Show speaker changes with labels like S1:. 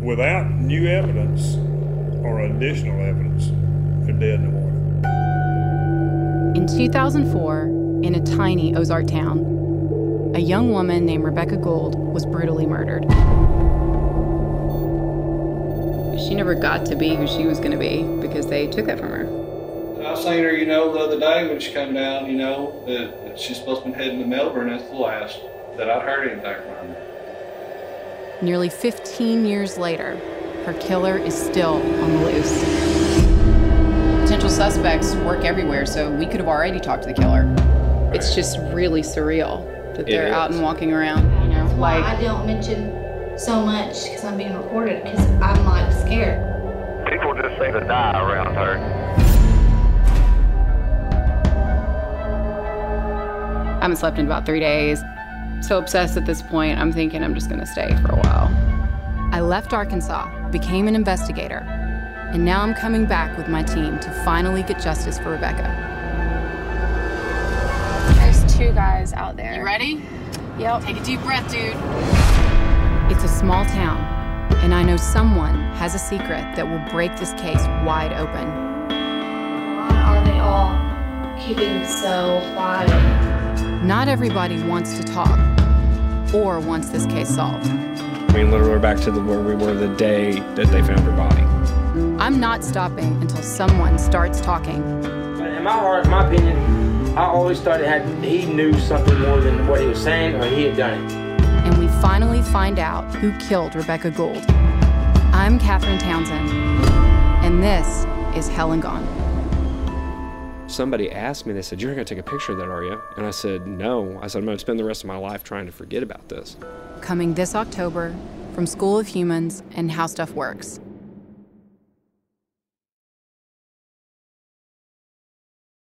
S1: without new evidence or additional evidence, they're dead in the water.
S2: In 2004, in a tiny Ozark town, a young woman named Rebecca Gold was brutally murdered.
S3: She never got to be who she was going to be because they took that from her.
S4: I seen her, you know, the other day when she come down, you know, that, that she's supposed to be heading to Melbourne. That's the last that I heard anything from her.
S2: Nearly 15 years later, her killer is still on the loose.
S3: Potential suspects work everywhere, so we could have already talked to the killer. It's just really surreal that they're
S4: is.
S3: out and walking around. You know,
S5: Like I
S3: like
S5: don't mention so much because I'm being recorded because I'm like scared.
S6: People just seem to die around her.
S3: I haven't slept in about three days. So obsessed at this point, I'm thinking I'm just going to stay for a while.
S2: I left Arkansas, became an investigator, and now I'm coming back with my team to finally get justice for Rebecca.
S7: There's two guys out there.
S3: Ready?
S7: Yep.
S3: Take a deep breath, dude.
S2: It's a small town, and I know someone has a secret that will break this case wide open.
S5: Why are they all keeping so quiet?
S2: Not everybody wants to talk or wants this case solved.
S8: I mean, literally, we're back to the, where we were the day that they found her body.
S2: I'm not stopping until someone starts talking.
S9: In my heart, in my opinion, I always thought it had he knew something more than what he was saying, or he had done it.
S2: and we finally find out who killed Rebecca Gould. I'm Katherine Townsend, and this is Helen Gone.
S8: Somebody asked me, they said, You're not going to take a picture of that, are you? And I said, No. I said, I'm going to spend the rest of my life trying to forget about this.
S2: Coming this October from School of Humans and How Stuff Works.